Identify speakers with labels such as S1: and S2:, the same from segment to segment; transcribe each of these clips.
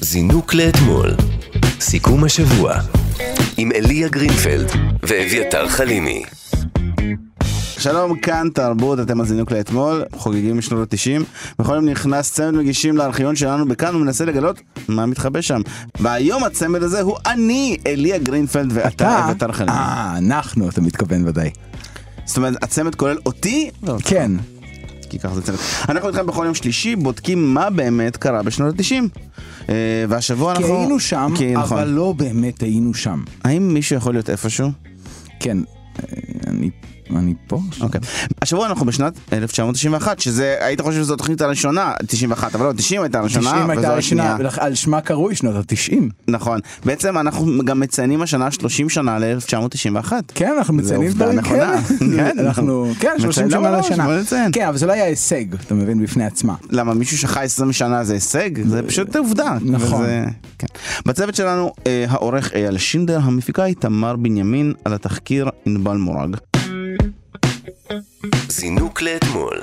S1: זינוק לאתמול. סיכום השבוע עם אליה גרינפלד ואביתר חלימי.
S2: שלום, כאן תרבות, אתם הזינוק לאתמול, חוגגים משנות ה-90. בכל יום נכנס צמד מגישים לארכיון שלנו בכאן ומנסה לגלות מה מתחבא שם. והיום הצמד הזה הוא אני, אליה גרינפלד ואתה, אביתר חלימי.
S3: אה, אנחנו, אתה מתכוון ודאי.
S2: זאת אומרת, הצמד כולל אותי? לא,
S3: כן.
S2: כי ככה זה צמד. אנחנו איתכם בכל יום שלישי, בודקים מה באמת קרה בשנות ה-90. אה, והשבוע
S3: כי
S2: אנחנו...
S3: היינו שם,
S2: כי, נכון.
S3: אבל לא באמת היינו שם.
S2: האם מישהו יכול להיות איפשהו?
S3: כן, אה, אני- אני פה?
S2: אוקיי. השבוע אנחנו בשנת 1991, שזה, היית חושב שזו התוכנית הראשונה, 91, אבל לא, 90 הייתה הראשונה,
S3: 90 הייתה
S2: וזו השנייה.
S3: הראשונה, ולכ- על שמה קרוי שנות ה-90.
S2: נכון. בעצם אנחנו גם מציינים השנה 30 שנה ל-1991.
S3: כן, אנחנו
S2: זה
S3: מציינים
S2: עובדה
S3: דברים כאלה.
S2: נכונה. כן,
S3: אנחנו, כן, 30
S2: למה
S3: שנה
S2: לא?
S3: לשנה.
S2: בוא נציין.
S3: כן, אבל זה לא היה הישג, אתה מבין, בפני עצמה.
S2: למה מישהו שחי 20 שנה זה הישג? זה פשוט עובדה.
S3: נכון.
S2: וזה- כן. בצוות שלנו אה, העורך אייל שינדר, המפיקה היא תמר בנימין, על התחקיר ענבל מורג.
S1: זינוק לאתמול.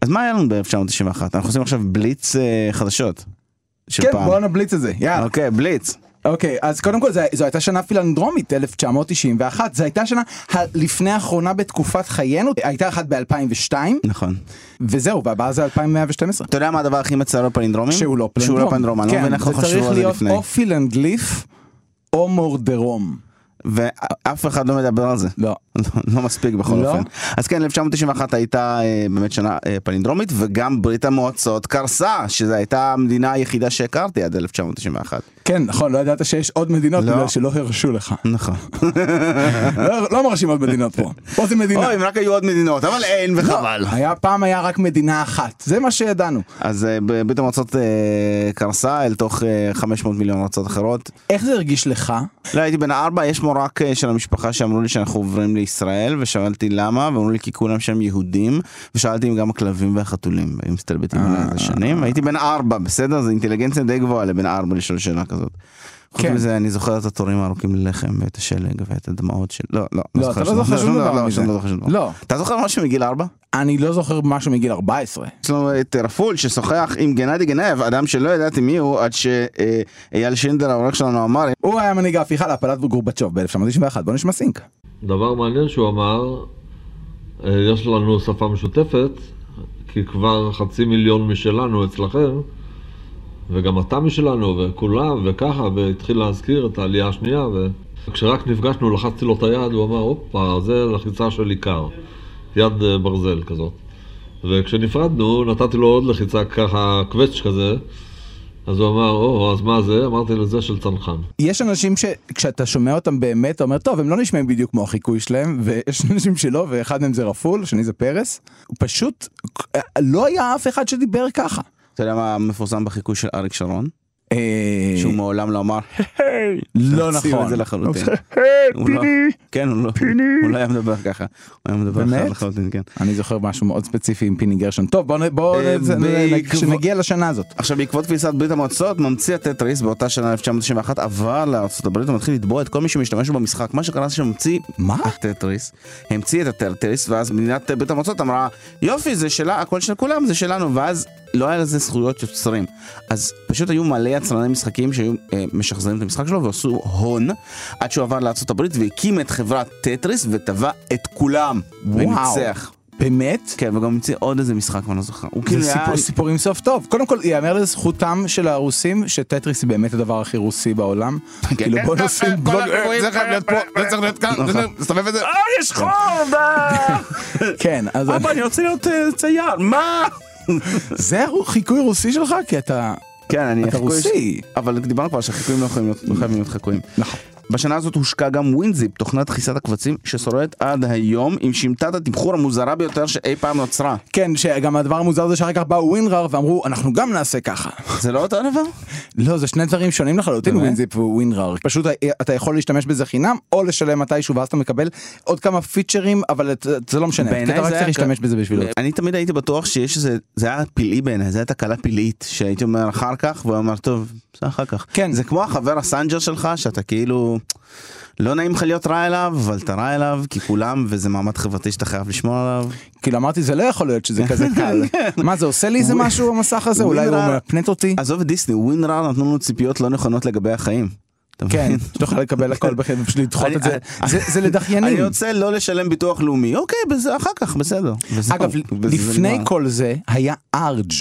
S2: אז מה היה לנו ב-1991? אנחנו עושים עכשיו בליץ אה, חדשות. של
S3: כן,
S2: פעם.
S3: בואו נבליץ את זה, יאללה.
S2: אוקיי, בליץ.
S3: אוקיי, אז קודם כל, זה- זו הייתה שנה פילנדרומית, 1991. זו הייתה שנה הלפני האחרונה בתקופת חיינו, הייתה אחת ב-2002,
S2: נכון.
S3: וזהו, והבאה זה 2112.
S2: אתה יודע מה הדבר הכי מצער בפלינדרומים?
S3: שהוא לא פילנדרום.
S2: שהוא לא פלינדרום, אני לא
S3: כן,
S2: מבין איך לא
S3: זה
S2: חשבו
S3: צריך
S2: על זה
S3: להיות
S2: לפני.
S3: או פילנדליף או מורדרום.
S2: ואף אחד לא מדבר על זה.
S3: לא.
S2: לא- לא מספיק בכל
S3: לא?
S2: אופן. אז כן, 1991 הייתה אה, באמת שנה אה, פלינדרומית, וגם ברית המועצות קרסה, שזו הייתה המדינה היחידה שהכרתי עד 1991.
S3: כן, נכון, לא ידעת שיש עוד מדינות
S2: לא.
S3: בגלל שלא הרשו לך.
S2: נכון.
S3: לא- לא מרשים עוד מדינות פה. פה זה מדינה.
S2: אוי, אם רק היו עוד מדינות, אבל אין וחבל.
S3: היה פעם היה רק מדינה אחת, זה מה שידענו.
S2: אז אה, ב- ברית המועצות אה, קרסה אל תוך אה, 500 מיליון ארצות אחרות.
S3: איך זה הרגיש לך?
S2: לא, הייתי בן ארבע, יש מורק אה, של המשפחה שאמרו לי שאנחנו עוברים לישראל, ושאלתי למה, ואמרו לי כי כולם שם יהודים, ושאלתי אם גם הכלבים והחתולים, הם מסתלבטים עליי
S3: אה.
S2: איזה שנים, הייתי בן ארבע, בסדר? זו אינטליגנציה די גבוהה לבן ארבע לשאול שאלה כזאת. חוץ
S3: כן.
S2: מזה, אני זוכר את התורים הארוכים ללחם, ואת השלג, ואת הדמעות של... לא, לא,
S3: לא, אתה לא זוכר שום דבר
S2: לא,
S3: מזה.
S2: לא זוכר שום דבר.
S3: לא.
S2: אתה זוכר משהו מגיל ארבע?
S3: אני לא זוכר משהו מגיל 14.
S2: יש לנו את אה, רפול ששוחח עם גנדי גנב, אדם שלא ידעתי מי הוא, עד שאייל שינדר, העורך שלנו, אמר,
S3: הוא היה מנהיג ההפיכה להפלת גורבצ'וב ב-1991, בוא נשמע סינק.
S4: דבר מעניין שהוא אמר, אה, יש לנו שפה משותפת, כי כבר חצי מיליון משלנו אצלכם, וגם אתה משלנו, וכולם, וככה, והתחיל להזכיר את העלייה השנייה, וכשרק נפגשנו, לחצתי לו את היד, הוא אמר, הופה, זה לחיצה של עיקר, יד אה, ברזל כזאת. וכשנפרדנו, נתתי לו עוד לחיצה ככה, קווץ' כזה, אז הוא אמר, או, אז מה זה? אמרתי לו, זה של צנחן.
S3: יש אנשים שכשאתה שומע אותם באמת, אתה אומר, טוב, הם לא נשמעים בדיוק כמו החיקוי שלהם, ויש אנשים שלא, ואחד מהם זה רפול, השני זה פרס. הוא פשוט, לא היה אף אחד שדיבר ככה.
S2: אתה יודע מה מפורסם בחיקוי של אריק שרון?
S3: אה,
S2: שהוא מעולם לא אמר,
S3: לא
S2: הוציאו
S3: נכון.
S2: את זה לחלוטין. הוא לא- כן, הוא לא- הוא לא היה מדבר ככה. הוא היה מדבר
S3: באמת?
S2: ככה לחלוטין, כן.
S3: אני זוכר משהו מאוד ספציפי עם פיני גרשון. טוב, בואו
S2: אה, בעקבות-
S3: נגיע לשנה הזאת.
S2: עכשיו בעקבות תפיסת ברית המועצות ממציא הטטריס באותה שנה 1991 עבר לארצות הברית ומתחיל לתבוע את כל מי שמשתמש בו במשחק מה שקרה זה שממציא
S3: מה?
S2: הטטריס המציא את הטטריס ואז מדינת ברית המועצות אמרה יופי זה שלה הכל של כולם זה שלנו ואז לא היה לזה זכויות יוצרים אז פשוט היו מלא יצרני משחקים שהיו אה, משחזרים את המשחק שלו ועשו הון עד שהוא עבר לארצות הברית והקים את חברת טטריס וטבע את כולם
S3: וואו.
S2: וניצח.
S3: באמת?
S2: כן וגם המציא עוד איזה משחק ואני לא זוכר. הוא כאילו
S3: זה
S2: היה-
S3: סיפור, סיפור עם סוף טוב. קודם כל, ייאמר לזכותם של הרוסים, שטטריס היא באמת הדבר הכי רוסי בעולם.
S2: כן.
S3: כאילו בוא נשים בלוג...
S2: זה חייב להיות פה, זה צריך להיות כאן, תסתובב את זה. אה, יש חור!
S3: כן, אז
S2: אבא, אני רוצה להיות אה, צייר, מה?
S3: זה החיקוי רוסי שלך? כי אתה...
S2: כן, אני
S3: אתה רוסי.
S2: אבל דיברנו כבר שהחיקויים לא יכולים להיות- לא חייבים להיות חיקויים.
S3: נכון.
S2: בשנה הזאת הושקע גם ווינזיפ, תוכנת דחיסת הקבצים ששורדת עד היום עם שימטת התמחור המוזרה ביותר שאי פעם נוצרה.
S3: כן, שגם הדבר המוזר זה שאחר כך באו ווינרר ואמרו, אנחנו גם נעשה ככה.
S2: זה לא אותו דבר?
S3: לא, זה שני דברים שונים לחלוטין,
S2: באמת?
S3: ווינזיפ וווינרר. פשוט אה, אתה יכול להשתמש בזה חינם, או לשלם מתישהו, ואז אתה מקבל עוד כמה פיצ'רים, אבל את- זה לא משנה.
S2: בעיניי
S3: אתה רק
S2: זה
S3: צריך
S2: היה
S3: להשתמש
S2: כ- אה,
S3: בזה בשבילו.
S2: אני תמיד הייתי בטוח שיש איזה, זה היה פלאי בעיניי, זה היה תקלה פלאית, שהייתי אומר אחר כך, והוא אמר טוב, זה אחר כך.
S3: כן.
S2: זה כמו החבר הסנג'ר שלך, שאתה כאילו, לא נעים לך להיות רע אליו, אבל אתה רע אליו, כי כולם, וזה מעמד חברתי שאתה חייב לשמור עליו.
S3: כאילו אמרתי, זה לא יכול להיות שזה כזה קל. מה זה, עושה לי איזה משהו המסך הזה? אולי הוא
S2: כן. ווינרר-
S3: מפנט אותי?
S2: עזוב את דיסני, ווינרר נתנו לנו ציפיות לא נכונות לגבי החיים. אתה
S3: כן,
S2: מבין?
S3: שתוכל לקבל הכל בחיים, פשוט לדחות
S2: אני-
S3: את זה.
S2: אני-
S3: זה- זה
S2: אני
S3: לדחיינים.
S2: רוצה לא לשלם ביטוח לאומי, אוקיי, בזה אחר כך, בסדר. וזהו,
S3: אגב,
S2: וזה
S3: לפני
S2: לא- נגמר.
S3: כל זה היה ארג'.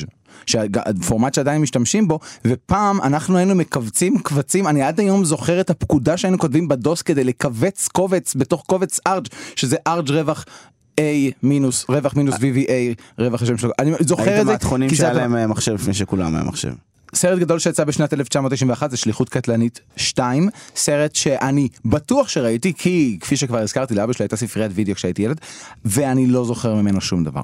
S3: שהפורמט שעדיין משתמשים בו ופעם אנחנו היינו מכווצים קבצים אני עד היום זוכר את הפקודה שהיינו כותבים בדוס כדי לכווץ קובץ בתוך קובץ ארג' שזה ארג' רווח A מינוס רווח מינוס VVA רווח השם שלו אני זוכר
S2: היית
S3: את זה
S2: מהתכונים
S3: כי זה
S2: שהיה
S3: הדבר-
S2: להם אה, מחשב לפני שכולם היה מחשב.
S3: סרט גדול שיצא בשנת 1991 זה שליחות קטלנית 2 סרט שאני בטוח שראיתי כי כפי שכבר הזכרתי לאבא שלי הייתה ספריית וידאו כשהייתי ילד ואני לא זוכר ממנו שום דבר.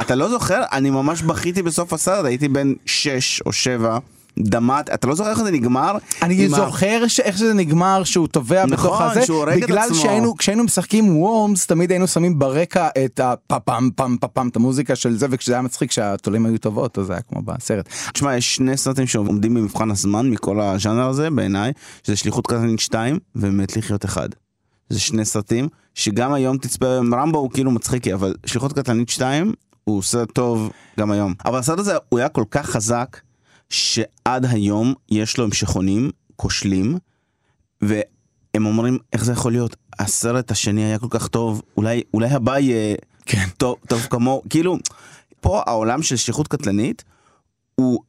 S2: אתה לא זוכר? אני ממש בכיתי בסוף הסרט, הייתי בן 6 או 7, דמעת, אתה לא זוכר איך זה נגמר?
S3: אני
S2: עם ה-
S3: זוכר ש- איך שזה נגמר שהוא טובע
S2: נכון,
S3: בתוך הזה,
S2: שהוא הורג את
S3: בגלל
S2: עצמו.
S3: שהיינו כשהיינו משחקים וורמס תמיד היינו שמים ברקע את הפאפאם פאם פאפאם את המוזיקה של זה וכשזה היה מצחיק שהתולים היו טובות אז זה היה כמו בסרט.
S2: תשמע, יש שני סרטים שעומדים במבחן הזמן מכל הז'אנר הזה, בעיניי, שזה שליחות קטנית 2 ומת לחיות 1. זה שני סרטים, שגם היום תצפה, בהם. רמבו הוא כאילו מצחיקי, אבל שליחות קטנית 2 הוא סרט טוב גם היום. אבל הסרט הזה הוא היה כל כך חזק, שעד היום יש לו המשכונים כושלים, והם אומרים, איך זה יכול להיות? הסרט השני היה כל כך טוב, אולי, אולי הבא יהיה
S3: כן.
S2: טוב, טוב כמוהו, כאילו, פה העולם של שליחות קטלנית, הוא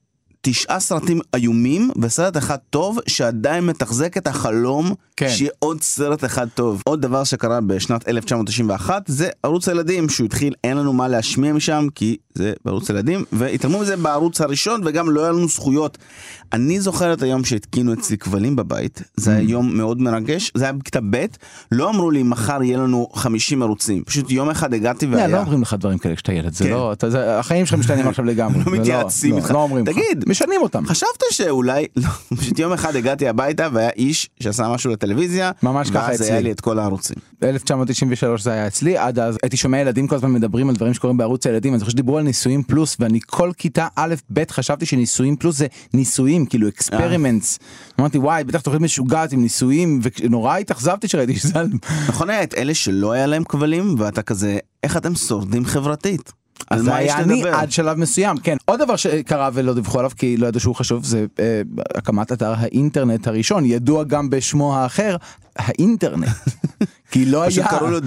S2: תשעה סרטים איומים וסרט אחד טוב שעדיין מתחזק את החלום
S3: כן.
S2: שיהיה עוד סרט אחד טוב. עוד דבר שקרה בשנת 1991 זה ערוץ הילדים שהוא התחיל אין לנו מה להשמיע משם כי זה בערוץ הילדים והתעלמו מזה בערוץ הראשון וגם לא היה לנו זכויות. אני זוכר את היום שהתקינו אצלי כבלים בבית זה
S3: Mm.
S2: היה יום מאוד מרגש זה היה בכיתה ב' לא אמרו לי מחר יהיה לנו 50 ערוצים פשוט יום אחד הגעתי
S3: לא, לא
S2: והיה.
S3: אומרים לך דברים כאלה כשאתה ילד זה
S2: כן.
S3: לא אתה- זה- החיים שלך משתנים עכשיו לגמרי. זה
S2: מתייעצים איתך.
S3: לא אומרים לך.
S2: תגיד.
S3: משנים אותם.
S2: חשבת שאולי, לא, פשוט יום אחד הגעתי הביתה והיה איש שעשה משהו לטלוויזיה,
S3: ממש ככה
S2: ואז
S3: אצלי.
S2: היה לי את כל הערוצים.
S3: 1993 זה היה אצלי עד אז הייתי שומע ילדים כל הזמן מדברים על דברים שקורים בערוץ הילדים אני זוכר שדיברו על נישואים פלוס ואני כל כיתה א' ב' חשבתי שנישואים פלוס זה נישואים כאילו
S2: אה.
S3: אקספרימנטס. אמרתי וואי בטח תוכנית משוגעת עם נישואים ונורא התאכזבתי שראיתי שזה על-
S2: נכון היה את אלה שלא היה להם כבלים ואתה כזה, איך אתם שורדים חברתית?
S3: אז
S2: על
S3: זה
S2: מה יש
S3: היה אני
S2: לדבר?
S3: עד שלב מסוים כן עוד דבר שקרה ולא דיווחו עליו כי לא ידעו שהוא חשוב זה אה, הקמת אתר האינטרנט הראשון ידוע גם בשמו האחר האינטרנט. כי לא
S2: פשוט
S3: היה
S2: קראו לו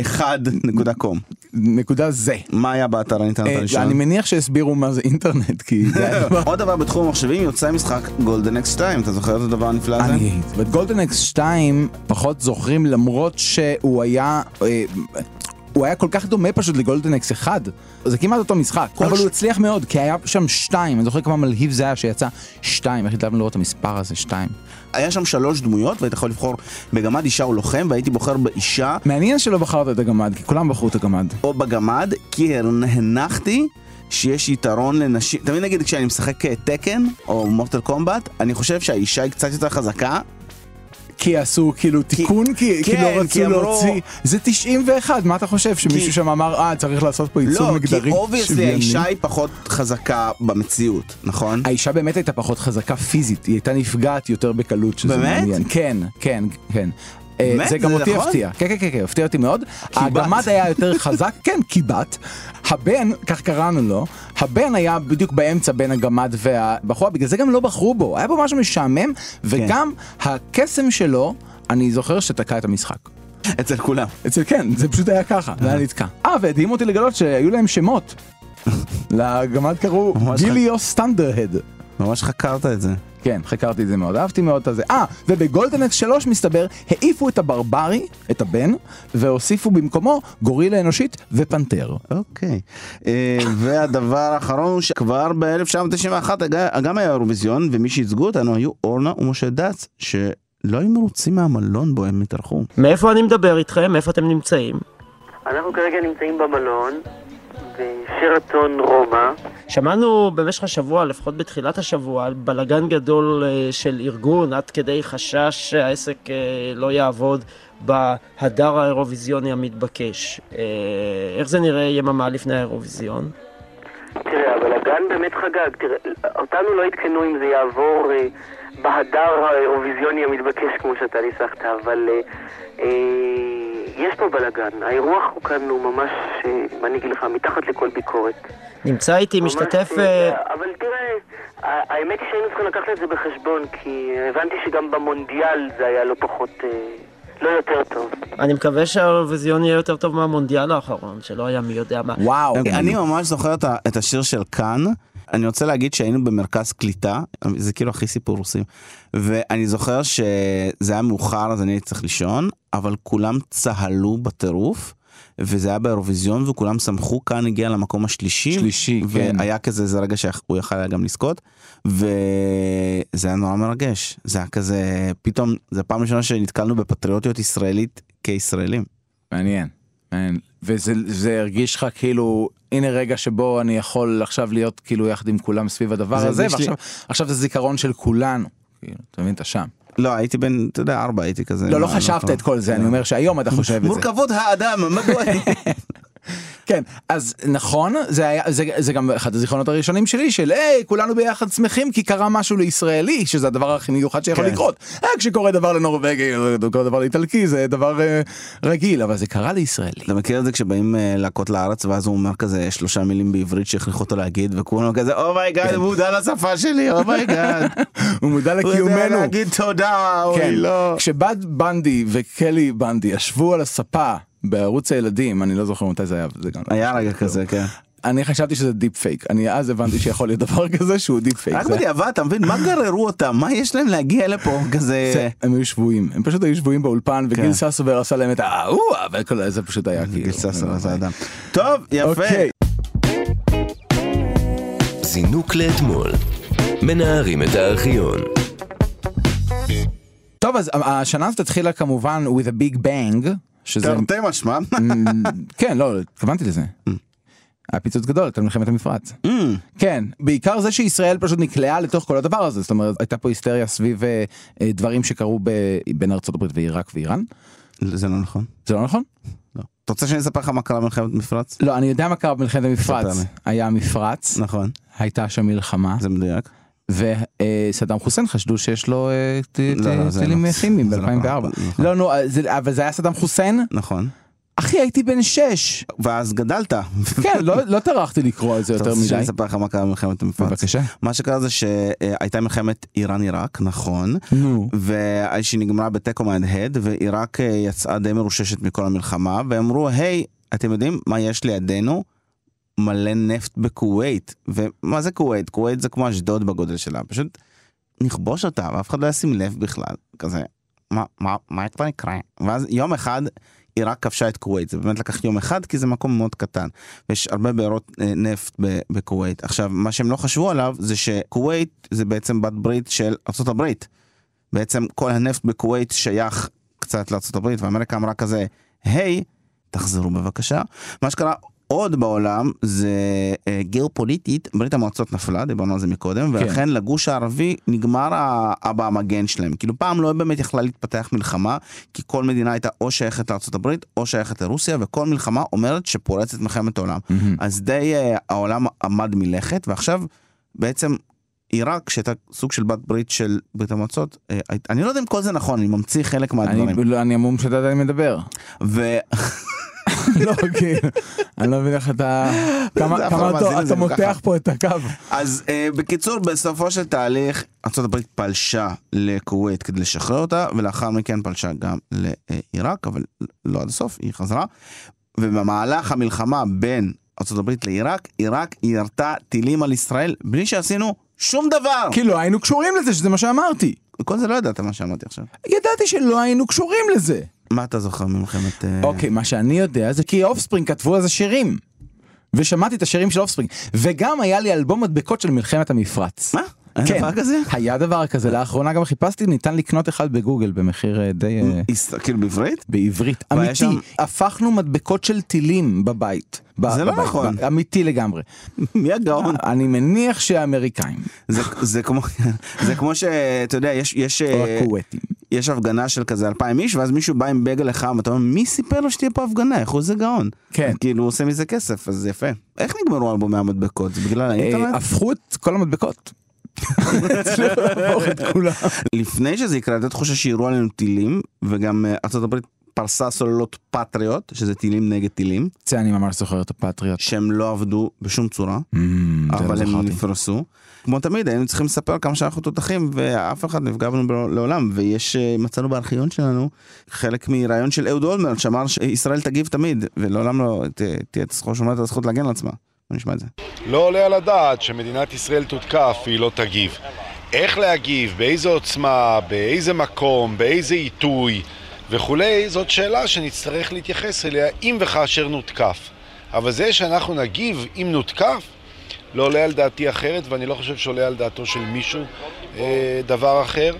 S2: www.1.com.
S3: נקודה זה.
S2: מה היה באתר האינטרנט
S3: אה, אני
S2: הראשון?
S3: מניח שהסבירו מה זה אינטרנט כי זה היה דבר
S2: עוד דבר בתחום המחשבים יוצא משחק גולדן אקס 2, אתה זוכר את הדבר הנפלא הזה?
S3: אני הייתי. את גולדנקס 2 פחות זוכרים למרות שהוא היה... אה, הוא היה כל כך דומה פשוט לגולדנקס 1, זה כמעט אותו משחק,
S2: כל
S3: אבל
S2: ש-
S3: הוא הצליח מאוד, כי היה שם 2, אני זוכר כמה מלהיב זה היה שיצא 2, איך התלהבנו לראות את המספר הזה 2.
S2: היה שם שלוש דמויות והיית יכול לבחור בגמד אישה או לוחם והייתי בוחר באישה
S3: מעניין שלא בחרת את הגמד, כי כולם בחרו את הגמד.
S2: או בגמד, כי הנחתי שיש יתרון לנשים, תמיד נגיד כשאני משחק אה, תקן או מורטל קומבט, אני חושב שהאישה היא קצת יותר חזקה,
S3: כי עשו כאילו תיקון, כי, כי
S2: כן,
S3: לא רצו
S2: כי אמרו-
S3: להוציא, זה 91, מה אתה חושב, שמישהו
S2: כי-
S3: שם אמר, אה, צריך לעשות פה ייצוג
S2: לא,
S3: מגדרי
S2: כי אובייסלי
S3: שוויוני"?
S2: האישה היא פחות חזקה במציאות, נכון?
S3: האישה באמת הייתה פחות חזקה פיזית, היא הייתה נפגעת יותר בקלות, שזה
S2: באמת?
S3: מעניין. כן, כן, כן. אה,
S2: באמת?
S3: זה גם
S2: זה
S3: אותי
S2: נכון?
S3: הפתיע, כן כן כן כן, הפתיע אותי מאוד. הגמד היה יותר חזק, כן, קיבט. הבן, כך קראנו לו, הבן היה בדיוק באמצע בין הגמד והבחורה, בגלל זה גם לא בחרו בו, היה בו משהו
S2: כן.
S3: משעמם, וגם הקסם שלו, אני זוכר שתקע את המשחק.
S2: אצל כולם.
S3: אצל כן, זה פשוט היה ככה, זה היה נתקע. אה, והדהים אותי לגלות שהיו להם שמות. לגמד קראו
S2: ממש
S3: גיליוס סטנדרהד.
S2: ממש חקרת את זה.
S3: כן, חקרתי את זה מאוד, אהבתי מאוד את זה. אה, ובגולדנקס 3 מסתבר, העיפו את הברברי, את הבן, והוסיפו במקומו גורילה אנושית ופנתר.
S2: אוקיי. אה, והדבר האחרון הוא שכבר ב-1991 גם היה אירוויזיון, ומי שייצגו אותנו היו אורנה ומשה דץ, שלא היו מרוצים מהמלון בו הם התארחו.
S5: מאיפה אני מדבר איתכם? איפה אתם נמצאים?
S6: אנחנו כרגע נמצאים במלון, בשרתון רומא,
S5: שמענו במשך השבוע, לפחות בתחילת השבוע, על בלגן גדול אה, של ארגון, עד כדי חשש שהעסק אה, לא יעבוד בהדר האירוויזיוני המתבקש. אה, איך זה נראה יממה לפני האירוויזיון?
S6: תראה, אבל הגן באמת חגג. תראה, אותנו לא עדכנו אם זה יעבור אה, בהדר האירוויזיוני המתבקש כמו שאתה ניסחת, אבל אה, אה, יש פה בלאגן. האירוח הוא כאן הוא ממש, אה, מה אני אגיד לך, מתחת לכל ביקורת.
S5: נמצא איתי
S6: ממש,
S5: משתתף...
S6: אה,
S5: אה,
S6: אבל תראה, ה- האמת היא שהיינו צריכים לקחת את זה בחשבון, כי הבנתי שגם במונדיאל זה היה לא פחות, אה, לא יותר טוב.
S5: אני מקווה שהאירוויזיון יהיה יותר טוב מהמונדיאל האחרון, שלא היה מי יודע מה.
S3: וואו.
S2: אוקיי, אה, אני ממש זוכר את ה- את השיר של כאן. אני רוצה להגיד שהיינו במרכז קליטה, זה כאילו הכי סיפור רוסים, ואני זוכר שזה היה מאוחר אז אני הייתי צריך לישון, אבל כולם צהלו בטירוף, וזה היה באירוויזיון וכולם שמחו, כאן הגיע למקום השלישי,
S3: שלישי, כן.
S2: והיה כזה, זה רגע שהוא יכל היה גם לזכות, וזה היה נורא מרגש, זה היה כזה, פתאום, זה פעם ראשונה שנתקלנו בפטריוטיות ישראלית כישראלים.
S3: מעניין. מעניין. וזה זה הרגיש לך כאילו, הנה רגע שבו אני יכול עכשיו להיות כאילו יחד עם כולם סביב הדבר
S2: זה
S3: הזה,
S2: הרגיש לי-
S3: ועכשיו עכשיו זה זיכרון של כולנו. כאילו, אתה מבין, אתה שם.
S2: לא, הייתי בן, אתה יודע, ארבע הייתי כזה.
S3: לא, לא
S2: מה,
S3: חשבת
S2: טוב.
S3: את כל זה, אני אומר שהיום אתה חושב את זה.
S2: מורכבות האדם, מדוע...
S3: כן, אז נכון, זה, היה, זה, זה גם אחד הזיכרונות הראשונים שלי של היי, כולנו ביחד שמחים כי קרה משהו לישראלי, שזה הדבר הכי מיוחד שיכול
S2: כן.
S3: לקרות. אה, כשקורה דבר לנורווגי, או קורה דבר לאיטלקי, זה דבר אה, רגיל, אבל זה קרה לישראלי.
S2: אתה מכיר את זה כשבאים אה, להקות לארץ ואז הוא אומר כזה שלושה מילים בעברית שהכריחו אותו להגיד וכולם כזה
S1: כן.
S2: אומייגאד, הוא מודע לשפה שלי, אומייגאד.
S3: כן, הוא
S2: הוא
S3: מודע
S2: יודע
S3: לקיומנו.
S2: להגיד תודה, אוי
S3: כן,
S2: לא.
S3: כשבד בנדי וכלי בנדי ישבו על הספה בערוץ הילדים, אני לא זוכר מתי זה היה, אבל זה גם...
S2: היה רגע כזה, כן.
S3: אני חשבתי שזה דיפ פייק, אני אז הבנתי שיכול להיות דבר כזה שהוא דיפ פייק.
S2: רק
S3: זה-
S2: בדיעבד, אתה מבין? מה גררו אותם? מה יש להם להגיע לפה?
S3: זה-
S2: כזה...
S3: הם היו שבויים, הם פשוט היו שבויים באולפן וגיל
S2: כן.
S3: ססובר עשה להם את ההוא, אבל כל זה פשוט היה כאילו.
S2: גיל ססר, אז האדם. טוב, יפה.
S3: אוקיי,
S1: זינוק לאתמול. מנערים את הארכיון.
S3: טוב אז השנה הזאת התחילה כמובן with a big bang, שזה,
S2: תרתי משמע.
S3: כן לא, התכוונתי לזה.
S2: Mm.
S3: היה פיצוץ גדול, הייתה מלחמת המפרץ. כן, בעיקר זה שישראל פשוט נקלעה לתוך כל הדבר הזה, זאת אומרת הייתה פה היסטריה סביב אה, אה, דברים שקרו ב- בין ארצות הברית ועיראק ואיראן,
S2: זה לא נכון.
S3: זה לא נכון?
S2: לא. אתה רוצה שאני אספר לך מה קרה במלחמת מפרץ?
S3: לא, אני יודע מה קרה במלחמת המפרץ,
S2: ספר לי.
S3: היה מפרץ,
S2: נכון,
S3: הייתה שם מלחמה.
S2: זה מדויק.
S3: וסדאם חוסיין חשדו שיש לו אה, ט-
S2: לא, לא,
S3: ט-
S2: זה
S3: טילים
S2: לא.
S3: כימיים
S2: זה לא נכון,
S3: ב-2004.
S2: נכון.
S3: לא, נו, אה, זה- אבל זה היה סדאם חוסיין?
S2: נכון.
S3: אחי, הייתי בן 6.
S2: ואז גדלת.
S3: כן, לא לא טרחתי לקרוא על זה
S2: אתה
S3: יותר
S2: רוצה שאני
S3: מדי.
S2: אספר לך מה קרה במלחמת המפרץ?
S3: בבקשה.
S2: מה שקרה זה שהייתה מלחמת איראן-עיראק, נכון,
S3: נו.
S2: ושנגמרה בתיקו מהדהד, ועיראק אה, יצאה די מרוששת מכל המלחמה, והם אמרו, היי, אתם יודעים מה יש לידינו? מלא נפט בכווית. ומה זה כווית? כווית זה כמו אשדוד בגודל שלה, פשוט נכבוש אותה, ואף אחד לא ישים לב בכלל. כזה, מה, מה, מה כבר יקרה? ואז יום אחד עיראק כבשה את כווית, זה באמת לקח יום אחד כי זה מקום מאוד קטן. ויש הרבה בארות אה, נפט ב- בכווית. עכשיו, מה שהם לא חשבו עליו זה שכווית זה בעצם בת ברית של ארה"ב. בעצם כל הנפט בכווית שייך קצת לארה"ב, ואמריקה אמרה כזה, היי, תחזרו בבקשה. מה שקרה עוד בעולם זה אה, גיאופוליטית, ברית המועצות נפלה, דיברנו על זה מקודם, ולכן לגוש הערבי נגמר ה- אבא המגן שלהם. כאילו פעם לא באמת יכלה להתפתח מלחמה, כי כל מדינה הייתה או שייכת לארה"ב או שייכת לרוסיה, וכל מלחמה אומרת שפורצת מלחמת עולם. אז די אה, העולם עמד מלכת, ועכשיו בעצם עיראק, שהייתה סוג של בת ברית של ברית המועצות, אה, היית- אני לא יודע אם כל זה נכון, אני ממציא חלק מהדברים.
S3: אני- לא, אני המום שאתה עדיין מדבר.
S2: ו...
S3: לא, כאילו, אני לא מבין איך אתה... כמה
S2: זה אף אחד
S3: כמה
S2: לא
S3: אתה-
S2: מאזין לזה
S3: אתה
S2: גם
S3: מותח
S2: ככה.
S3: פה את הקו.
S2: אז אה, בקיצור, בסופו של תהליך, ארה"ב פלשה לכווית כדי לשחרר אותה, ולאחר מכן פלשה גם לעיראק, אבל לא עד הסוף, היא חזרה. ובמהלך המלחמה בין ארה"ב לעיראק, עיראק ירתה טילים על ישראל בלי שעשינו שום דבר.
S3: כאילו, היינו קשורים לזה, שזה מה שאמרתי.
S2: כל זה לא ידעת מה שאמרתי עכשיו.
S3: ידעתי שלא היינו קשורים לזה.
S2: מה אתה זוכר ממלחמת... אה,
S3: אוקיי, מה שאני יודע זה כי אופספרינג כתבו אז השירים. ושמעתי את השירים של אופספרינג. וגם היה לי אלבום מדבקות של מלחמת המפרץ.
S2: מה? אין
S3: כן.
S2: דבר כזה?
S3: היה דבר כזה, לאחרונה גם חיפשתי, ניתן לקנות אחד בגוגל במחיר אה, די... אה,
S2: איס- כאילו בעברית?
S3: בעברית.
S2: והיה
S3: אמיתי,
S2: שם-
S3: הפכנו מדבקות של טילים בבית. ב-
S2: זה לא
S3: בבית,
S2: נכון.
S3: ב- אמיתי לגמרי.
S2: מי הגאון?
S3: אני מניח שהאמריקאים,
S2: זה, זה כמו זה כמו שאתה יודע יש יש
S3: או
S2: אה,
S3: הכווייתים.
S2: יש הפגנה של כזה אלפיים איש ואז מישהו בא עם בגל חם אתה אומר מי סיפר לו שתהיה פה הפגנה איך הוא זה גאון
S3: כן.
S2: כאילו הוא עושה מזה כסף אז זה יפה איך נגמרו אלבומי המדבקות זה בגלל
S3: אה,
S2: האינטרנט
S3: הפכו את כל המדבקות. הצליחו להפוך את כולם.
S2: לפני שזה יקרה הייתה תחושה שיירו עלינו טילים וגם אה, ארצות הברית פרסה סוללות פטריוט שזה טילים נגד טילים
S3: זה אני ממש זוכר את הפטריוט.
S2: שהם לא עבדו בשום צורה
S3: Mm, זה לא
S2: אבל הם
S3: זכרתי.
S2: נפרסו. כמו תמיד היינו צריכים לספר כמה שאנחנו תותחים ואף אחד לא נפגע בנו בלא- לעולם ויש אה, מצאנו בארכיון שלנו חלק מרעיון של אהוד אולמרט שאמר שישראל תגיב תמיד ולעולם לא ת- תהיה את הזכות שומרת על הזכות להגן על עצמה. בוא נשמע את זה.
S7: לא עולה על הדעת שמדינת ישראל תותקף והיא לא תגיב. איך להגיב, באיזה עוצמה, באיזה מקום, באיזה עיתוי וכולי, זאת שאלה שנצטרך להתייחס אליה אם וכאשר נותקף. אבל זה שאנחנו נגיב אם נותקף, לא עולה על דעתי אחרת, ואני לא חושב שעולה על דעתו של מישהו אה, דבר אחר,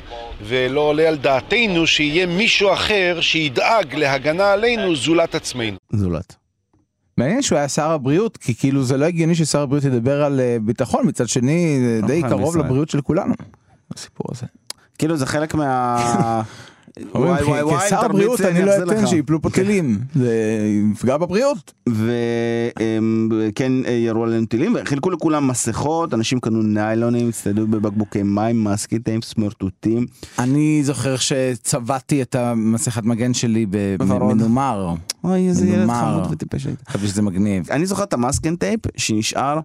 S7: ולא עולה על דעתנו שיהיה מישהו אחר שידאג להגנה עלינו זולת עצמנו.
S2: זולת.
S3: מעניין שהוא היה שר הבריאות, כי כאילו זה לא הגיוני ששר הבריאות ידבר על אה, ביטחון, מצד שני זה די
S2: נכון,
S3: קרוב
S2: בישראל.
S3: לבריאות של כולנו. לא הסיפור הזה.
S2: כאילו זה חלק מה... וואי וואי וואי
S3: כשר
S2: תרביץ
S3: בריאות
S2: לי,
S3: אני לא
S2: אחזיר
S3: אתן
S2: לך.
S3: שיפלו פה טילים, זה יפגע בבריאות.
S2: וכן כן, ירו עלינו טילים וחילקו לכולם מסכות אנשים קנו ניילונים הצטיידו בבקבוקי מים מסקיטים סמרטוטים
S3: אני זוכר שצבעתי את המסכת מגן שלי
S2: בוורוד.
S3: במנומר.
S2: אוי איזה ילד
S3: מנומר.
S2: חמוד וטיפש היית.
S3: חשבתי שזה מגניב.
S2: אני זוכר את המאסקנטייפ שנשאר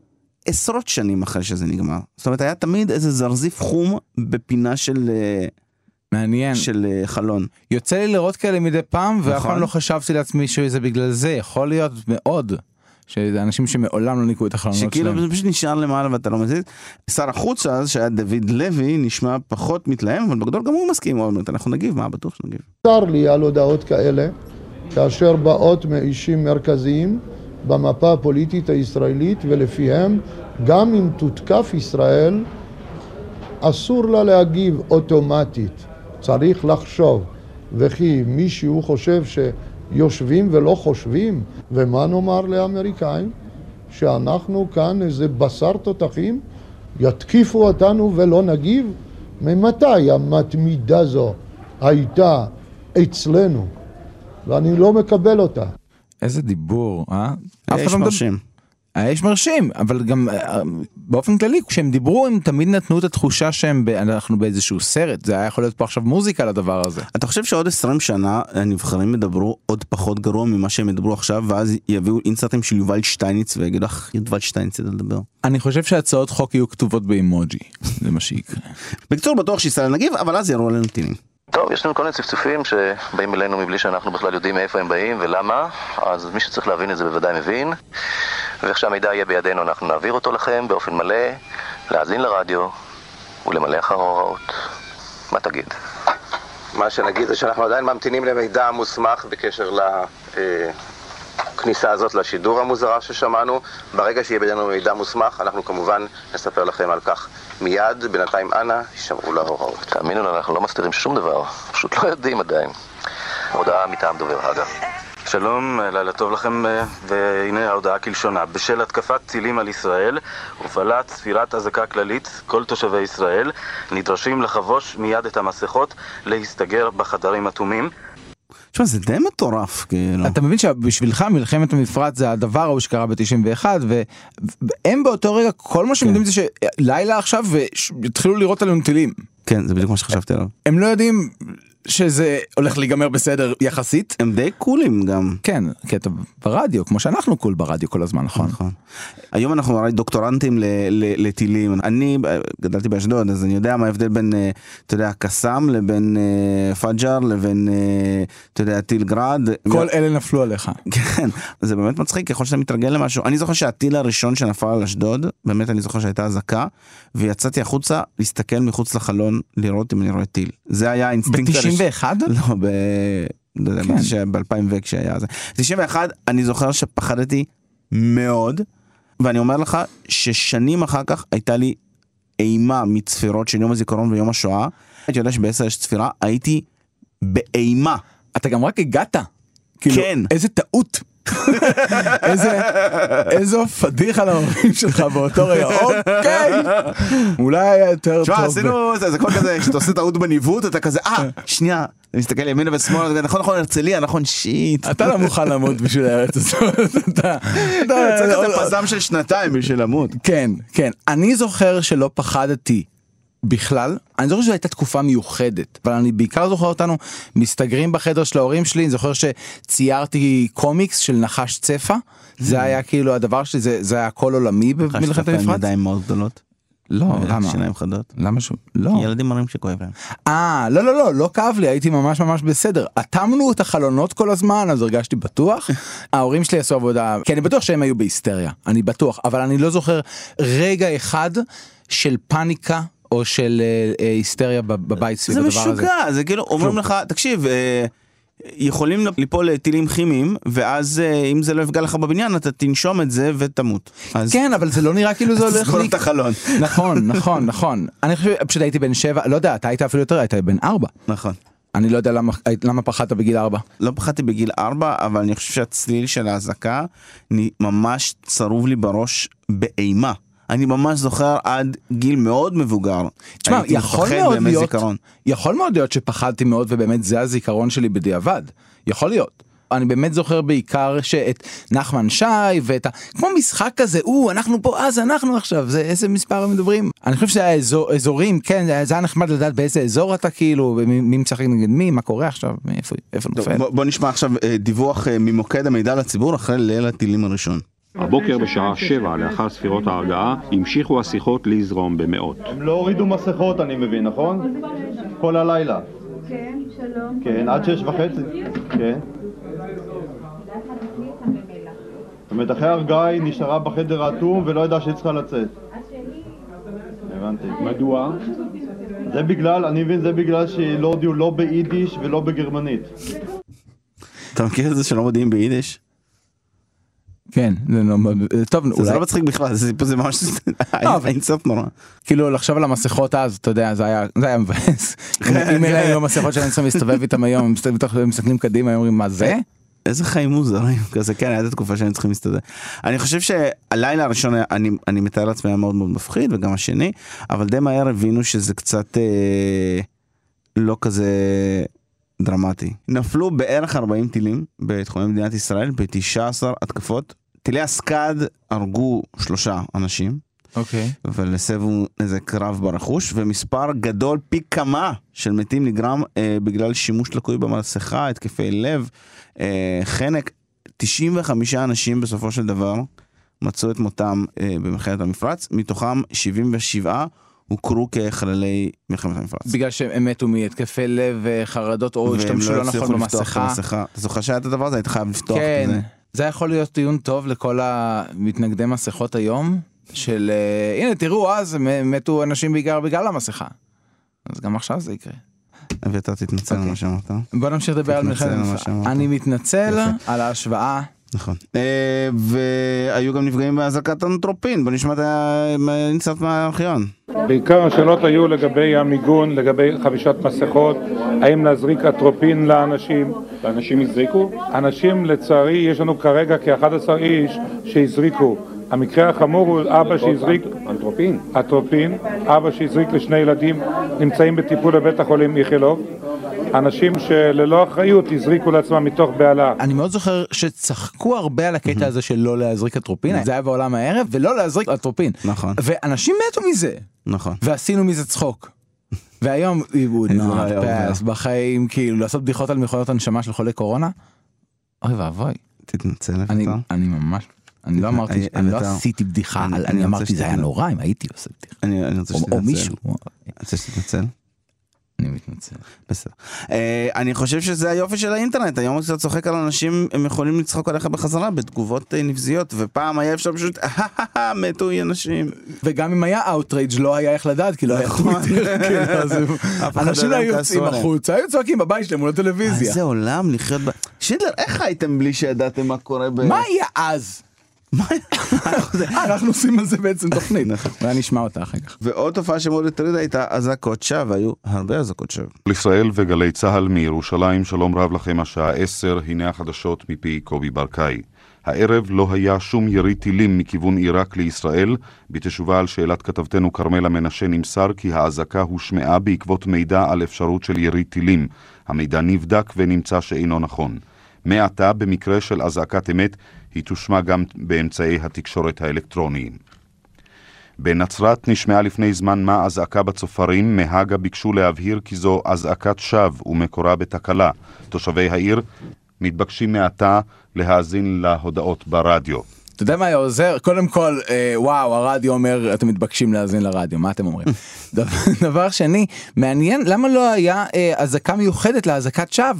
S2: עשרות שנים אחרי שזה נגמר. זאת אומרת היה תמיד איזה זרזיף חום בפינה של, אה,
S3: מעניין.
S2: של אה, חלון.
S3: יוצא לי לראות כאלה מדי פעם ואף פעם
S2: נכון.
S3: לא חשבתי לעצמי שזה בגלל זה יכול להיות מאוד. שזה אנשים שמעולם לא ניקו את החלונות
S2: שכאילו
S3: שלהם.
S2: זה פשוט נשאר למעלה ואתה לא מזיז. שר החוץ אז שהיה דוד לוי נשמע פחות מתלהם אבל בגדול גם הוא מסכים עוד מעט אנחנו נגיב מה בטוח שנגיב.
S8: צר לי על הודעות כאלה, כאשר באות מאישים מרכזיים במפה הפוליטית הישראלית, ולפיהם גם אם תותקף ישראל, אסור לה להגיב אוטומטית. צריך לחשוב. וכי מישהו חושב שיושבים ולא חושבים, ומה נאמר לאמריקאים? שאנחנו כאן איזה בשר תותחים? יתקיפו אותנו ולא נגיב? ממתי המתמידה זו הייתה אצלנו? ואני לא מקבל אותה.
S3: איזה דיבור, אה? אף אחד
S2: האיש
S3: לא מדבר-
S2: מרשים.
S3: האיש מרשים, אבל גם אה, באופן כללי, כשהם דיברו הם תמיד נתנו את התחושה שהם, ב- אנחנו באיזשהו סרט, זה היה יכול להיות פה עכשיו מוזיקה לדבר הזה.
S2: אתה חושב שעוד 20 שנה הנבחרים ידברו עוד פחות גרוע ממה שהם ידברו עכשיו ואז יביאו אינסרטים של יובל שטייניץ ויגידו אך יובל שטייניץ ידע לדבר.
S3: אני חושב שהצעות חוק יהיו כתובות באימוג'י, זה מה שיקרה.
S2: בקיצור בטוח שישראל נגיב אבל אז ירו עלינו טילים.
S9: טוב, יש לנו כל מיני צפצופים שבאים אלינו מבלי שאנחנו בכלל יודעים מאיפה הם באים ולמה, אז מי שצריך להבין את זה בוודאי מבין. ואיך שהמידע יהיה בידינו אנחנו נעביר אותו לכם באופן מלא, להאזין לרדיו ולמלא אחר ההוראות. מה תגיד? מה שנגיד זה שאנחנו עדיין ממתינים למידע מוסמך בקשר לכניסה הזאת לשידור המוזרה ששמענו. ברגע שיהיה בידינו מידע מוסמך, אנחנו כמובן נספר לכם על כך מיד. בינתיים אנא, הישמרו להוראות. תאמינו לנו, אנחנו לא מסתירים שום דבר, פשוט לא יודעים עדיין. הודעה מטעם דובר הג"א. שלום, לילה טוב לכם, אה, והנה ההודעה כלשונה. בשל התקפת טילים על ישראל, הופעלה צפירת אזעקה כללית, כל תושבי ישראל נדרשים לחבוש מיד את המסכות, להסתגר בחדרים אטומים.
S2: תשמע זה די מטורף כאילו.
S3: אתה מבין שבשבילך מלחמת המפרץ זה הדבר ההוא שקרה ב-91 והם באותו רגע כל מה שהם יודעים זה שלילה עכשיו והתחילו לירות עלינו טילים.
S2: כן זה בדיוק מה שחשבתי עליו.
S3: הם לא יודעים שזה הולך להיגמר בסדר יחסית.
S2: הם די קולים גם.
S3: כן, כי אתה ברדיו כמו שאנחנו קול ברדיו כל הזמן נכון.
S2: נכון. היום אנחנו הרי דוקטורנטים ל- ל- לטילים. אני אה, גדלתי באשדוד אז אני יודע מה ההבדל בין אה, אתה יודע קסאם לבין אה, פאג'ר לבין אה, אתה יודע טיל גראד.
S3: כל אלה נפלו עליך.
S2: כן, זה באמת מצחיק ככל שאתה מתרגל למשהו. אני זוכר שהטיל הראשון שנפל על אשדוד, באמת אני זוכר שהייתה אזעקה, ויצאתי החוצה להסתכל מחוץ לחלון לראות אם אני רואה טיל. זה היה האינסטינקט הראשון.
S3: ב-91?
S2: לא, ב... לא יודע,
S3: כן.
S2: ב-2000 וכשהיה זה. 91, אני זוכר שפחדתי מאוד, ואני אומר לך ששנים אחר כך הייתה לי אימה מצפירות של יום הזיכרון ויום השואה. הייתי יודע שבעשר יש צפירה, הייתי באימה.
S3: אתה גם רק הגעת. כאילו,
S2: כן.
S3: איזה טעות. איזה, איזו פדיחה להורים שלך באותו רגע, אוקיי, אולי היה יותר
S2: תשמע,
S3: טוב.
S2: עשינו, זה זה כמו כזה, כשאתה עושה טעות בניווט, אתה כזה, אה, שנייה, אני מסתכל ימינה ושמאלה, אתה כזה, נכון, נכון, הרצליה, נכון, שיט.
S3: אתה לא מוכן למות בשביל הארץ הזאת, אתה... אה, אתה-
S2: לא, צריך איזה פזם של שנתיים בשביל למות.
S3: כן, כן. אני זוכר שלא פחדתי בכלל. אני זוכר שזו הייתה תקופה מיוחדת, אבל אני בעיקר זוכר אותנו מסתגרים בחדר של ההורים שלי. אני זוכר שציירתי קומיקס של נחש צפה. זה היה כאילו הדבר שלי, זה, זה היה הכל עולמי במלחמת המפרץ.
S2: ידיים מאוד גדולות. אה,
S3: לא, למה?
S2: שיניים חדות.
S3: למה ש... לא.
S2: ילדים מראים שכואב להם.
S3: אה, לא, לא, לא, לא כאב לי, הייתי ממש ממש בסדר. אטמנו את החלונות כל הזמן, אז הרגשתי בטוח. ההורים שלי עשו עבודה, כי אני בטוח שהם היו בהיסטריה, אני בטוח, אבל אני לא זוכר רגע אחד של פאניקה או של אה, אה, היסטריה בב- בבית סביב
S2: זה
S3: הדבר הזה.
S2: משוגע, זה כאילו, אומרים לך, תקשיב, אה, יכולים ליפול טילים כימיים, ואז אה, אם זה לא יפגע לך בבניין, אתה תנשום את זה ותמות. אז
S3: כן, אבל זה לא נראה כאילו זה הולך
S2: סגור
S3: לי...
S2: את החלון.
S3: נכון, נכון, נכון. אני חושב, פשוט הייתי בן שבע, לא יודע, אתה היית אפילו יותר, היית בן ארבע.
S2: נכון.
S3: אני לא יודע למה- למה פחדת בגיל ארבע.
S2: לא פחדתי בגיל 4, אבל אני חושב שהצליל של האזעקה אני ממש צרוב לי בראש באימה. אני ממש זוכר עד גיל מאוד מבוגר.
S3: תשמע,
S2: הייתי
S3: יכול
S2: מפחד
S3: מאוד
S2: בימי
S3: להיות,
S2: זיכרון.
S3: יכול מאוד להיות שפחדתי מאוד ובאמת זה הזיכרון שלי בדיעבד, יכול להיות. אני באמת זוכר בעיקר שאת נחמן שי ואת ה... כמו משחק כזה, או, אנחנו פה, אז אנחנו עכשיו, זה איזה מספר הם מדברים. אני חושב שזה היה אזור, אזורים, כן, זה היה- זה היה נחמד לדעת באיזה אזור אתה כאילו, ומי- מי משחק נגד מי, מה קורה עכשיו, מאיפה, איפה
S2: טוב,
S3: נופל.
S2: בוא, בוא נשמע עכשיו אה, דיווח אה, ממוקד המידע לציבור אחרי ליל הטילים הראשון.
S10: הבוקר בשעה שבע לאחר ספירות ההרגעה המשיכו השיחות לזרום במאות.
S11: הם לא הורידו מסכות, אני מבין, נכון? כל הלילה.
S12: כן, שלום.
S11: כן, עד שש וחצי. כן. זאת אומרת, אחרי הרגעה היא נשארה בחדר האטום ולא ידעה שהיא צריכה לצאת. הבנתי.
S10: מדוע?
S11: זה בגלל, אני מבין, זה בגלל שלא הודיעו לא ביידיש ולא בגרמנית.
S2: אתה מכיר את זה שלא מודיעים ביידיש?
S3: כן, זה לא... טוב,
S2: זה, זה
S3: אולי... לא,
S2: לא מצחיק בכלל, זה, זה ממש
S3: אבל-
S2: אינסוף נורא.
S3: כאילו לחשוב על המסכות אז אתה יודע זה היה זה היה מבאס אם אם
S2: כן.
S3: אלה היו המסכות שאני צריך להסתובב איתם היום הם מסתובבים- הם מסתכלים קדימה הם אומרים מה זה
S2: איזה חיים מוזרים כזה כן הייתה תקופה שהיינו צריכים להסתדר. אני חושב שהלילה הראשון היה- אני אני מתאר לעצמי היה מאוד מאוד מפחיד וגם השני אבל די מהר הבינו שזה קצת אה, לא כזה דרמטי. נפלו בערך 40 טילים בתחומי מדינת ישראל ב-19 התקפות. טילי הסקאד הרגו שלושה אנשים
S3: אוקיי.
S2: אבל הסבו איזה קרב ברכוש ומספר גדול פי כמה של מתים נגרם אה, בגלל שימוש לקוי במסכה, התקפי לב, אה, חנק. 95 אנשים בסופו של דבר מצאו את מותם אה, במלחמת המפרץ, מתוכם 77 הוכרו כחללי מלחמת המפרץ.
S3: בגלל שהם מתו מהתקפי לב, אה, חרדות, או
S2: והם
S3: השתמשו לא
S2: הצליחו
S3: נכון
S2: לפתוח את
S3: במסכה.
S2: המסכה. אתה זוכר שהיה את הדבר הזה? היית חייב לפתוח את זה.
S3: כן, זה יכול להיות טיעון טוב לכל המתנגדי מסכות היום, של אה, הנה תראו אז הם מתו אנשים בעיקר בגלל המסכה. אז גם עכשיו זה יקרה.
S2: אביתר תתנצל
S3: אוקיי.
S2: על מה שאמרת.
S3: בוא נמשיך לדבר על
S2: תתנצל
S3: מלחמת
S2: על מה
S3: המפרץ.
S2: שאמרת.
S3: אני מתנצל
S2: יפה.
S3: על ההשוואה.
S2: נכון. אה, והיו גם נפגעים באזעקת אנטרופין, בוא נשמע את האינסרט מהארכיון.
S10: בעיקר השאלות היו לגבי המיגון, לגבי חבישת מסכות, האם להזריק אטרופין לאנשים. ואנשים הזריקו? אנשים לצערי, יש לנו כרגע כ-11 איש שהזריקו. המקרה החמור הוא אבא שהזריק... אנטרופין? אטרופין, אבא שהזריק לשני ילדים, נמצאים בטיפול בבית החולים איכילוב. אנשים שללא אחריות הזריקו לעצמם מתוך בהלה.
S3: אני מאוד זוכר שצחקו הרבה על הקטע הזה של לא להזריק אטרופין, זה היה בעולם הערב, ולא להזריק אטרופין.
S2: נכון.
S3: ואנשים מתו מזה.
S2: נכון.
S3: ועשינו מזה צחוק. והיום would not
S2: לא,
S3: pass בחיים כאילו לעשות בדיחות על מכונות הנשמה של חולי קורונה. אוי ואבוי
S2: תתנצל
S3: אני
S2: אביתר.
S3: אני ממש אני לא אמרתי
S2: אני-
S3: אני לא
S2: אביתר,
S3: עשיתי בדיחה
S2: אני-
S3: על-
S2: אני
S3: אני
S2: רוצה
S3: אמרתי זה היה
S2: שתדע.
S3: נורא אם הייתי עושה בדיחה
S2: אני אני רוצה
S3: או-
S2: שתתנצל.
S3: או מישהו
S2: אני רוצה שתתנצל.
S3: אני מתנצל.
S2: בסדר. אה, אני חושב שזה היופי של האינטרנט, היום כשאתה צוחק על אנשים, הם יכולים לצחוק עליך בחזרה בתגובות אה, נבזיות, ופעם היה אפשר פשוט, "אה, "אהההה, מתו אנשים.
S3: וגם אם היה outrage לא היה איך לדעת כי לא היה
S2: נכון.
S3: טוויטר. כאילו, אז הם-
S2: אף אחד
S3: אנשים
S2: לא
S3: לא
S2: יודע אם
S3: היו
S2: כעסו
S3: יוצאים
S2: עליהם.
S3: החוצה היו צועקים בבית שלהם מול הטלוויזיה.
S2: איזה עולם לחיות ב... שידלר, איך הייתם בלי שידעתם מה קורה ב...
S3: מה היה אז? אה, אנחנו עושים על זה בעצם תוכנית. אולי נשמע אותה אחר כך.
S2: ועוד נכון. תופעה שמאוד הטרידה הייתה אזעקות שווא, היו הרבה אזעקות שווא.
S12: ישראל וגלי צה"ל מירושלים, שלום רב לכם, השעה 10, הנה החדשות מפי קובי ברקאי. הערב לא היה שום ירי טילים מכיוון עיראק לישראל. בתשובה על שאלת כתבתנו כרמלה מנשה נמסר כי האזעקה הושמעה בעקבות מידע על אפשרות של ירי טילים. המידע נבדק ונמצא שאינו נכון. מעתה, במקרה של אזעקת אמת, היא תושמע גם באמצעי התקשורת האלקטרוניים. בנצרת נשמעה לפני זמן מה אזעקה בצופרים, מהגה ביקשו להבהיר כי זו אזעקת שווא ומקורה בתקלה. תושבי העיר מתבקשים מעתה להאזין להודעות ברדיו.
S3: אתה יודע מה היה עוזר? קודם כל, אה, וואו, הרדיו אומר, אתם מתבקשים להאזין לרדיו, מה אתם אומרים? דבר- דבר שני, מעניין, למה לא היה אה, אזעקה מיוחדת לאזעקת שווא?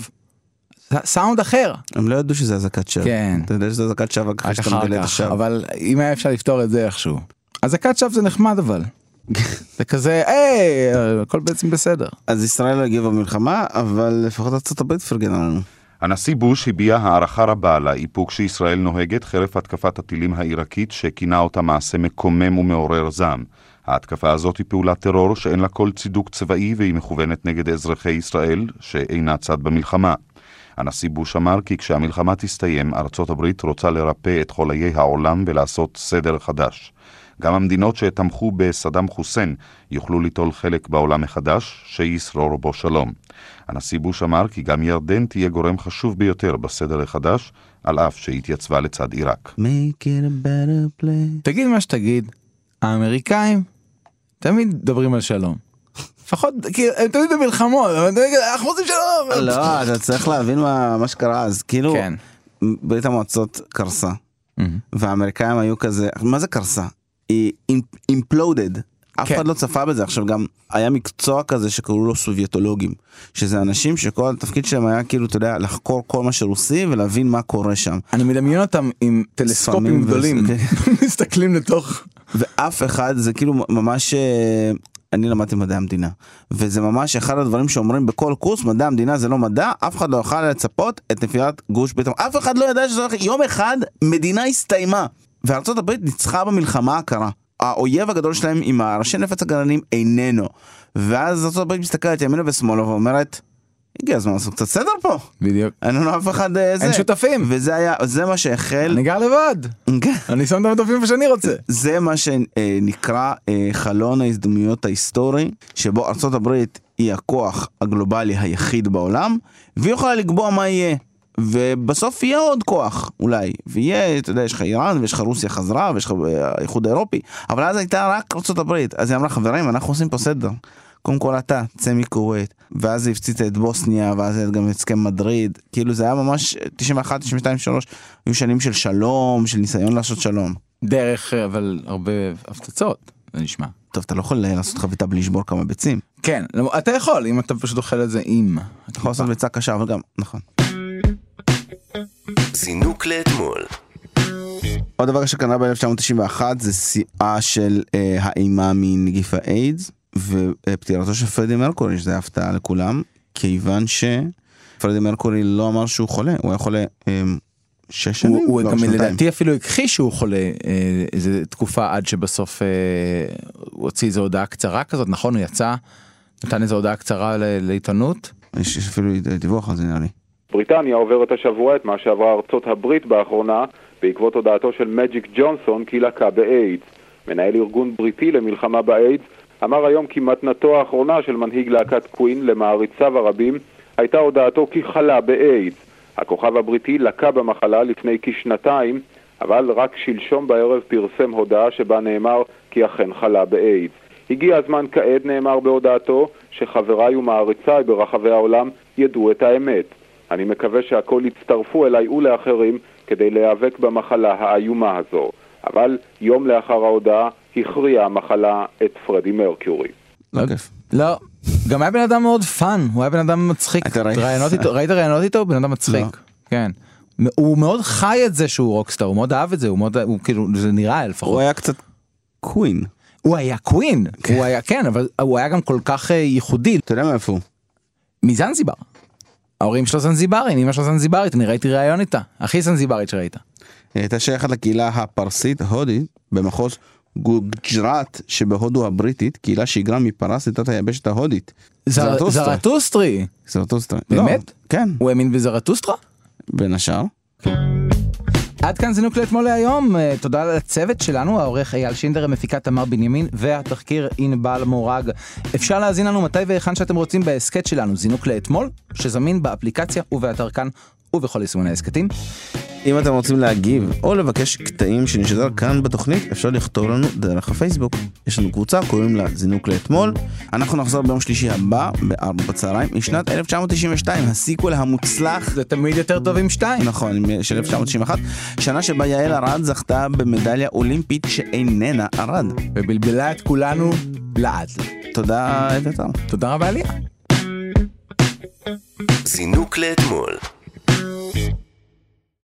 S3: ס- סאונד אחר.
S2: הם לא ידעו שזה אזעקת שווא.
S3: כן.
S2: אתה יודע שזה אזעקת שווא רק אחרי
S3: רק
S2: שאתה מגלה
S3: אחר
S2: את
S3: כך,
S2: השווא.
S3: אבל אם היה אפשר לפתור את זה איכשהו. אזעקת שווא זה נחמד אבל. זה כזה, היי, הכל בעצם בסדר.
S2: אז ישראל לא הגיבה במלחמה, אבל לפחות ארצות הברית פרגנה לנו.
S12: הנשיא בוש הביע הערכה רבה על האיפוק שישראל נוהגת חרף התקפת הטילים העיראקית שכינה אותה מעשה מקומם ומעורר זעם. ההתקפה הזאת היא פעולת טרור שאין לה כל צידוק צבאי והיא מכוונת נגד אזרחי ישראל שאינה צד במלחמה. הנשיא בוש אמר כי כשהמלחמה תסתיים, ארצות הברית רוצה לרפא את חוליי העולם ולעשות סדר חדש. גם המדינות שתמכו בסדאם חוסיין יוכלו ליטול חלק בעולם מחדש, שישרור בו שלום. הנשיא בוש אמר כי גם ירדן תהיה גורם חשוב ביותר בסדר החדש, על אף שהתייצבה לצד עיראק.
S2: Make it a better place.
S3: תגיד מה שתגיד, האמריקאים תמיד מדברים על שלום. לפחות, כאילו, הם תמיד במלחמות, אבל הם תמיד, אנחנו רוצים שלום.
S2: לא, אתה צריך להבין מה, מה שקרה אז. כאילו,
S3: כן. Mm-hmm.
S2: ברית המועצות קרסה, והאמריקאים היו כזה, מה זה קרסה? היא אימפלודד. אף
S3: כן.
S2: אחד לא צפה בזה. עכשיו גם היה מקצוע כזה שקראו לו סובייטולוגים, שזה אנשים שכל התפקיד שלהם היה כאילו, אתה יודע, לחקור כל מה שרוסי ולהבין מה קורה שם.
S3: אני מדמיין אותם
S2: ספמים
S3: עם טלסקופים
S2: ו-
S3: גדולים, אוקיי. מסתכלים לתוך...
S2: ואף אחד זה כאילו ממש אה, אני למדתי מדעי המדינה וזה ממש אחד הדברים שאומרים בכל קורס מדע המדינה זה לא מדע אף אחד לא יוכל לצפות את נפילת גוש ביטחון אף אחד לא ידע שזה הולך יום אחד מדינה הסתיימה וארצות הברית ניצחה במלחמה הקרה. האויב הגדול שלהם עם הראשי נפץ הגרעינים איננו ואז ארצות הברית מסתכלת ימינה ושמאלה ואומרת הגיע הזמן לעשות קצת סדר פה
S3: בדיוק.
S2: אין לנו אף אחד אה, זה
S3: אין שותפים,
S2: וזה היה זה מה שהחל כן.
S3: אני גר לבד, אני שם את המטופים איפה שאני רוצה.
S2: זה מה שנקרא אה, חלון ההזדמנויות ההיסטורי, שבו ארצות הברית היא הכוח הגלובלי היחיד בעולם, והיא יכולה לקבוע מה יהיה. ובסוף יהיה עוד כוח אולי, ויהיה, אתה יודע, יש לך איראן ויש לך רוסיה חזרה ויש לך אה, האיחוד האירופי, אבל אז הייתה רק ארצות הברית, אז היא אמרה חברים אנחנו עושים פה סדר. קודם כל אתה, צא מכווית, ואז היא הפציצה את בוסניה, ואז היה גם הסכם מדריד, כאילו זה היה ממש 91, 92, 3, היו שנים של שלום, של ניסיון לעשות שלום.
S3: דרך, אה, אבל הרבה הפצצות, זה נשמע.
S2: טוב, אתה לא יכול לעשות חביתה בלי לשבור כמה ביצים. אתה
S3: כן, לא, אתה יכול, אם אתה פשוט אוכל את זה עם.
S2: יכול לעשות ביצה קשה, אבל גם, נכון.
S1: זינוק לאתמול.
S2: עוד דבר שקרה ב-1991 זה שיאה של אה, האימה מנגיף האיידס, ופטירתו של פרדי מרקורי, שזה היה הפתעה לכולם, כיוון שפרדי מרקורי לא אמר שהוא חולה, הוא היה חולה אה, שש שנים,
S3: הוא, הוא
S2: לא,
S3: גם
S2: שנתיים.
S3: לדעתי אפילו הכחיש שהוא חולה אה, איזה תקופה עד שבסוף אה, הוא הוציא איזו הודעה קצרה כזאת, נכון? הוא יצא, נתן איזו הודעה קצרה ל- לעיתונות.
S2: יש יש אפילו דיווח על זה נראה לי.
S13: בריטניה עוברת השבוע את מה שעברה ארצות הברית באחרונה בעקבות הודעתו של מג'יק ג'ונסון כי לקה באיידס. מנהל ארגון בריטי למלחמה באיידס אמר היום כי מתנתו האחרונה של מנהיג להקת קווין למעריציו הרבים הייתה הודעתו כי חלה באיידס. הכוכב הבריטי לקה במחלה לפני כשנתיים, אבל רק שלשום בערב פרסם הודעה שבה נאמר כי אכן חלה באיידס. הגיע הזמן כעת, נאמר בהודעתו, שחבריי ומעריציי ברחבי העולם ידעו את האמת. אני מקווה שהכל יצטרפו אליי ולאחרים כדי להיאבק במחלה האיומה הזו. אבל יום לאחר ההודעה הכריעה המחלה את פרדי מרקיורי.
S2: לא כיף.
S3: לא, גם היה בן אדם מאוד פאן, הוא היה בן אדם מצחיק.
S2: אתה ראית?
S3: ראיונות איתו, ראית ראיונות איתו? בן אדם מצחיק.
S2: לא.
S3: כן. הוא מאוד חי את זה שהוא רוקסטאר, הוא מאוד אהב את זה, הוא מאוד, הוא כאילו, זה נראה לפחות.
S2: הוא היה קצת קווין.
S3: הוא היה קווין, הוא היה, כן, אבל הוא היה גם כל כך אה, ייחודי,
S2: אתה יודע מאיפה הוא?
S3: מזנזיבר. ההורים שלו זנזיברים, אמא שלו זנזיברית, אני ראיתי ראיון איתה, הכי זנזיברית שראית.
S2: היא הייתה שייכת לקהילה הפרסית-הודית במחוז גוג'ראט שבהודו הבריטית, קהילה שהיגרה מפרס לתת היבשת ההודית.
S3: זר- זרטוסטרי.
S2: זרטוסטרה.
S3: באמת?
S2: כן.
S3: הוא האמין בזרטוסטרה?
S2: בין השאר.
S3: עד כאן זה נוקלט כמו להיום, אה, תודה לצוות שלנו, העורך אייל שינדר, המפיקה תמר בנימין והתחקיר ענבל מורג. אפשר להזין לנו מתי והיכן שאתם רוצים בהסכת שלנו, זינוק לאתמול, שזמין באפליקציה ובאתר כאן ובכל יישומוני ההסכתים.
S2: אם אתם רוצים להגיב או לבקש קטעים שנשדר כאן בתוכנית, אפשר לכתוב לנו דרך הפייסבוק. יש לנו קבוצה, קוראים לה זינוק לאתמול. אנחנו נחזור ביום שלישי הבא, בארבע בצהריים, משנת 1992, הסיקוול המוצלח.
S3: זה תמיד יותר טוב עם שתיים.
S2: נכון, עם- של 1991. שנה שבה יעל ארד זכתה במדליה אולימפית שאיננה ארד.
S3: ובלבלה את כולנו לעד.
S2: תודה, אביתר.
S3: תודה רבה, ליה.
S1: זינוק לאתמול.